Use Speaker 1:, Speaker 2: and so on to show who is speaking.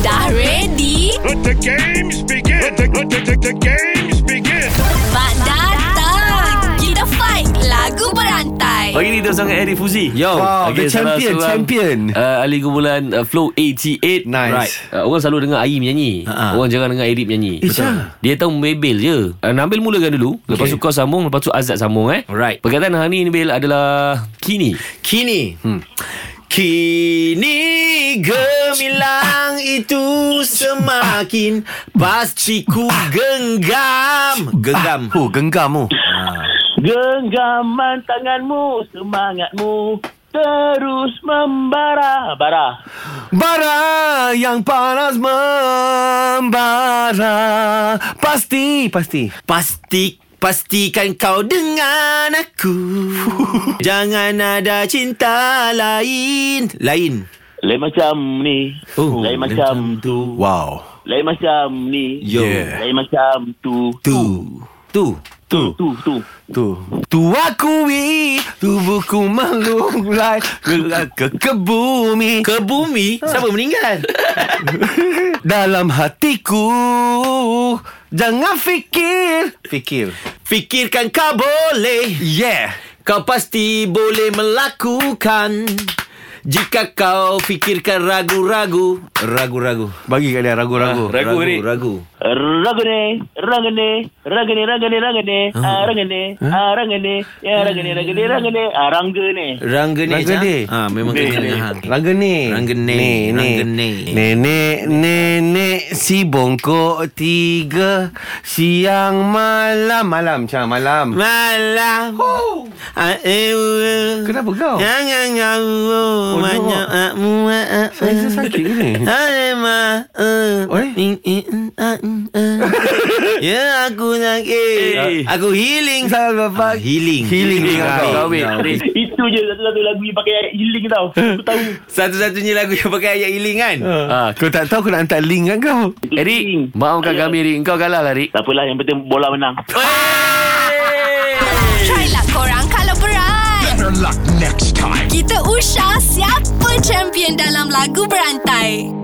Speaker 1: Dah ready?
Speaker 2: Let the games begin. Let the, let the, the, the games begin.
Speaker 1: Mak datang! Kita fight lagu berantai.
Speaker 3: Pagi ni kita sangat Harry Fuzi
Speaker 4: Yo,
Speaker 3: Wow,
Speaker 4: the champion, champion.
Speaker 3: uh, Ahli kumpulan uh, Flow 88
Speaker 4: Nice.
Speaker 3: uh, Orang selalu dengar Aim nyanyi
Speaker 4: Ha-ha.
Speaker 3: Orang jarang dengar Eric nyanyi
Speaker 4: Eh, Syah.
Speaker 3: Dia tahu membebel je uh, Nabil mulakan dulu Lepas
Speaker 4: Okay.
Speaker 3: tu kau sambung Lepas tu Azad sambung eh
Speaker 4: Alright.
Speaker 3: Perkataan hari ni Nabil adalah Kini
Speaker 4: Kini hmm. Kini gemilang itu semakin Pasti ku genggam Genggam Oh genggam oh
Speaker 5: Genggaman tanganmu, semangatmu terus membara. Bara.
Speaker 4: Bara yang panas membara Pasti Pasti Pasti Pastikan kau dengan aku Jangan ada cinta lain Lain
Speaker 5: Lain macam ni,
Speaker 4: Oh,
Speaker 5: lain
Speaker 4: lain
Speaker 5: macam tu,
Speaker 4: Wow
Speaker 5: lain macam ni,
Speaker 4: Yo.
Speaker 5: lain macam tu,
Speaker 4: Tu Tu Tu
Speaker 5: tu tu.
Speaker 4: Tu Tu akui Tubuhku melulai ke, ke bumi Ke bumi? Siapa meninggal? Dalam hatiku Jangan fikir Fikir Fikirkan kau boleh Yeah Kau pasti boleh melakukan jika kau fikirkan ragu-ragu Ragu-ragu Bagi kalian ragu-ragu
Speaker 3: Ah, ragu, Rik.
Speaker 4: Ragu-ragu
Speaker 5: Ragu ni, ragu ni, ragu ni, ragu ni, ragu ni, ah, ragu ni, ah, ragu ni, ya ragu ni, ragu ni, ragu ni, ah, rangga ni.
Speaker 4: Ranggane Ranggane ha, Memang kena Ranggane Ranggane Ranggane Nenek Nenek Si bongkok tiga Siang malam Malam Macam malam Malam oh. Kenapa kau? Jangan kau Banyak Saya sakit ke ni? Hai ma eh. Ya aku sakit Aku healing Salah bapak Healing Eh. Healing
Speaker 3: Kau
Speaker 4: Kau
Speaker 3: wait Riz.
Speaker 5: Itu je satu-satu lagu yang pakai healing tau. Aku tahu.
Speaker 4: Satu-satunya lagu yang pakai ayat healing kan
Speaker 3: Ah,
Speaker 4: Kau tak tahu aku nak hantar link kan kau
Speaker 3: Eric Maafkan kami Eric Engkau kalah lah Eric
Speaker 5: Tak apalah, yang penting bola menang.
Speaker 1: Try lah korang kalau berat.
Speaker 2: Better luck next time.
Speaker 1: Kita usah siapa champion dalam lagu berantai.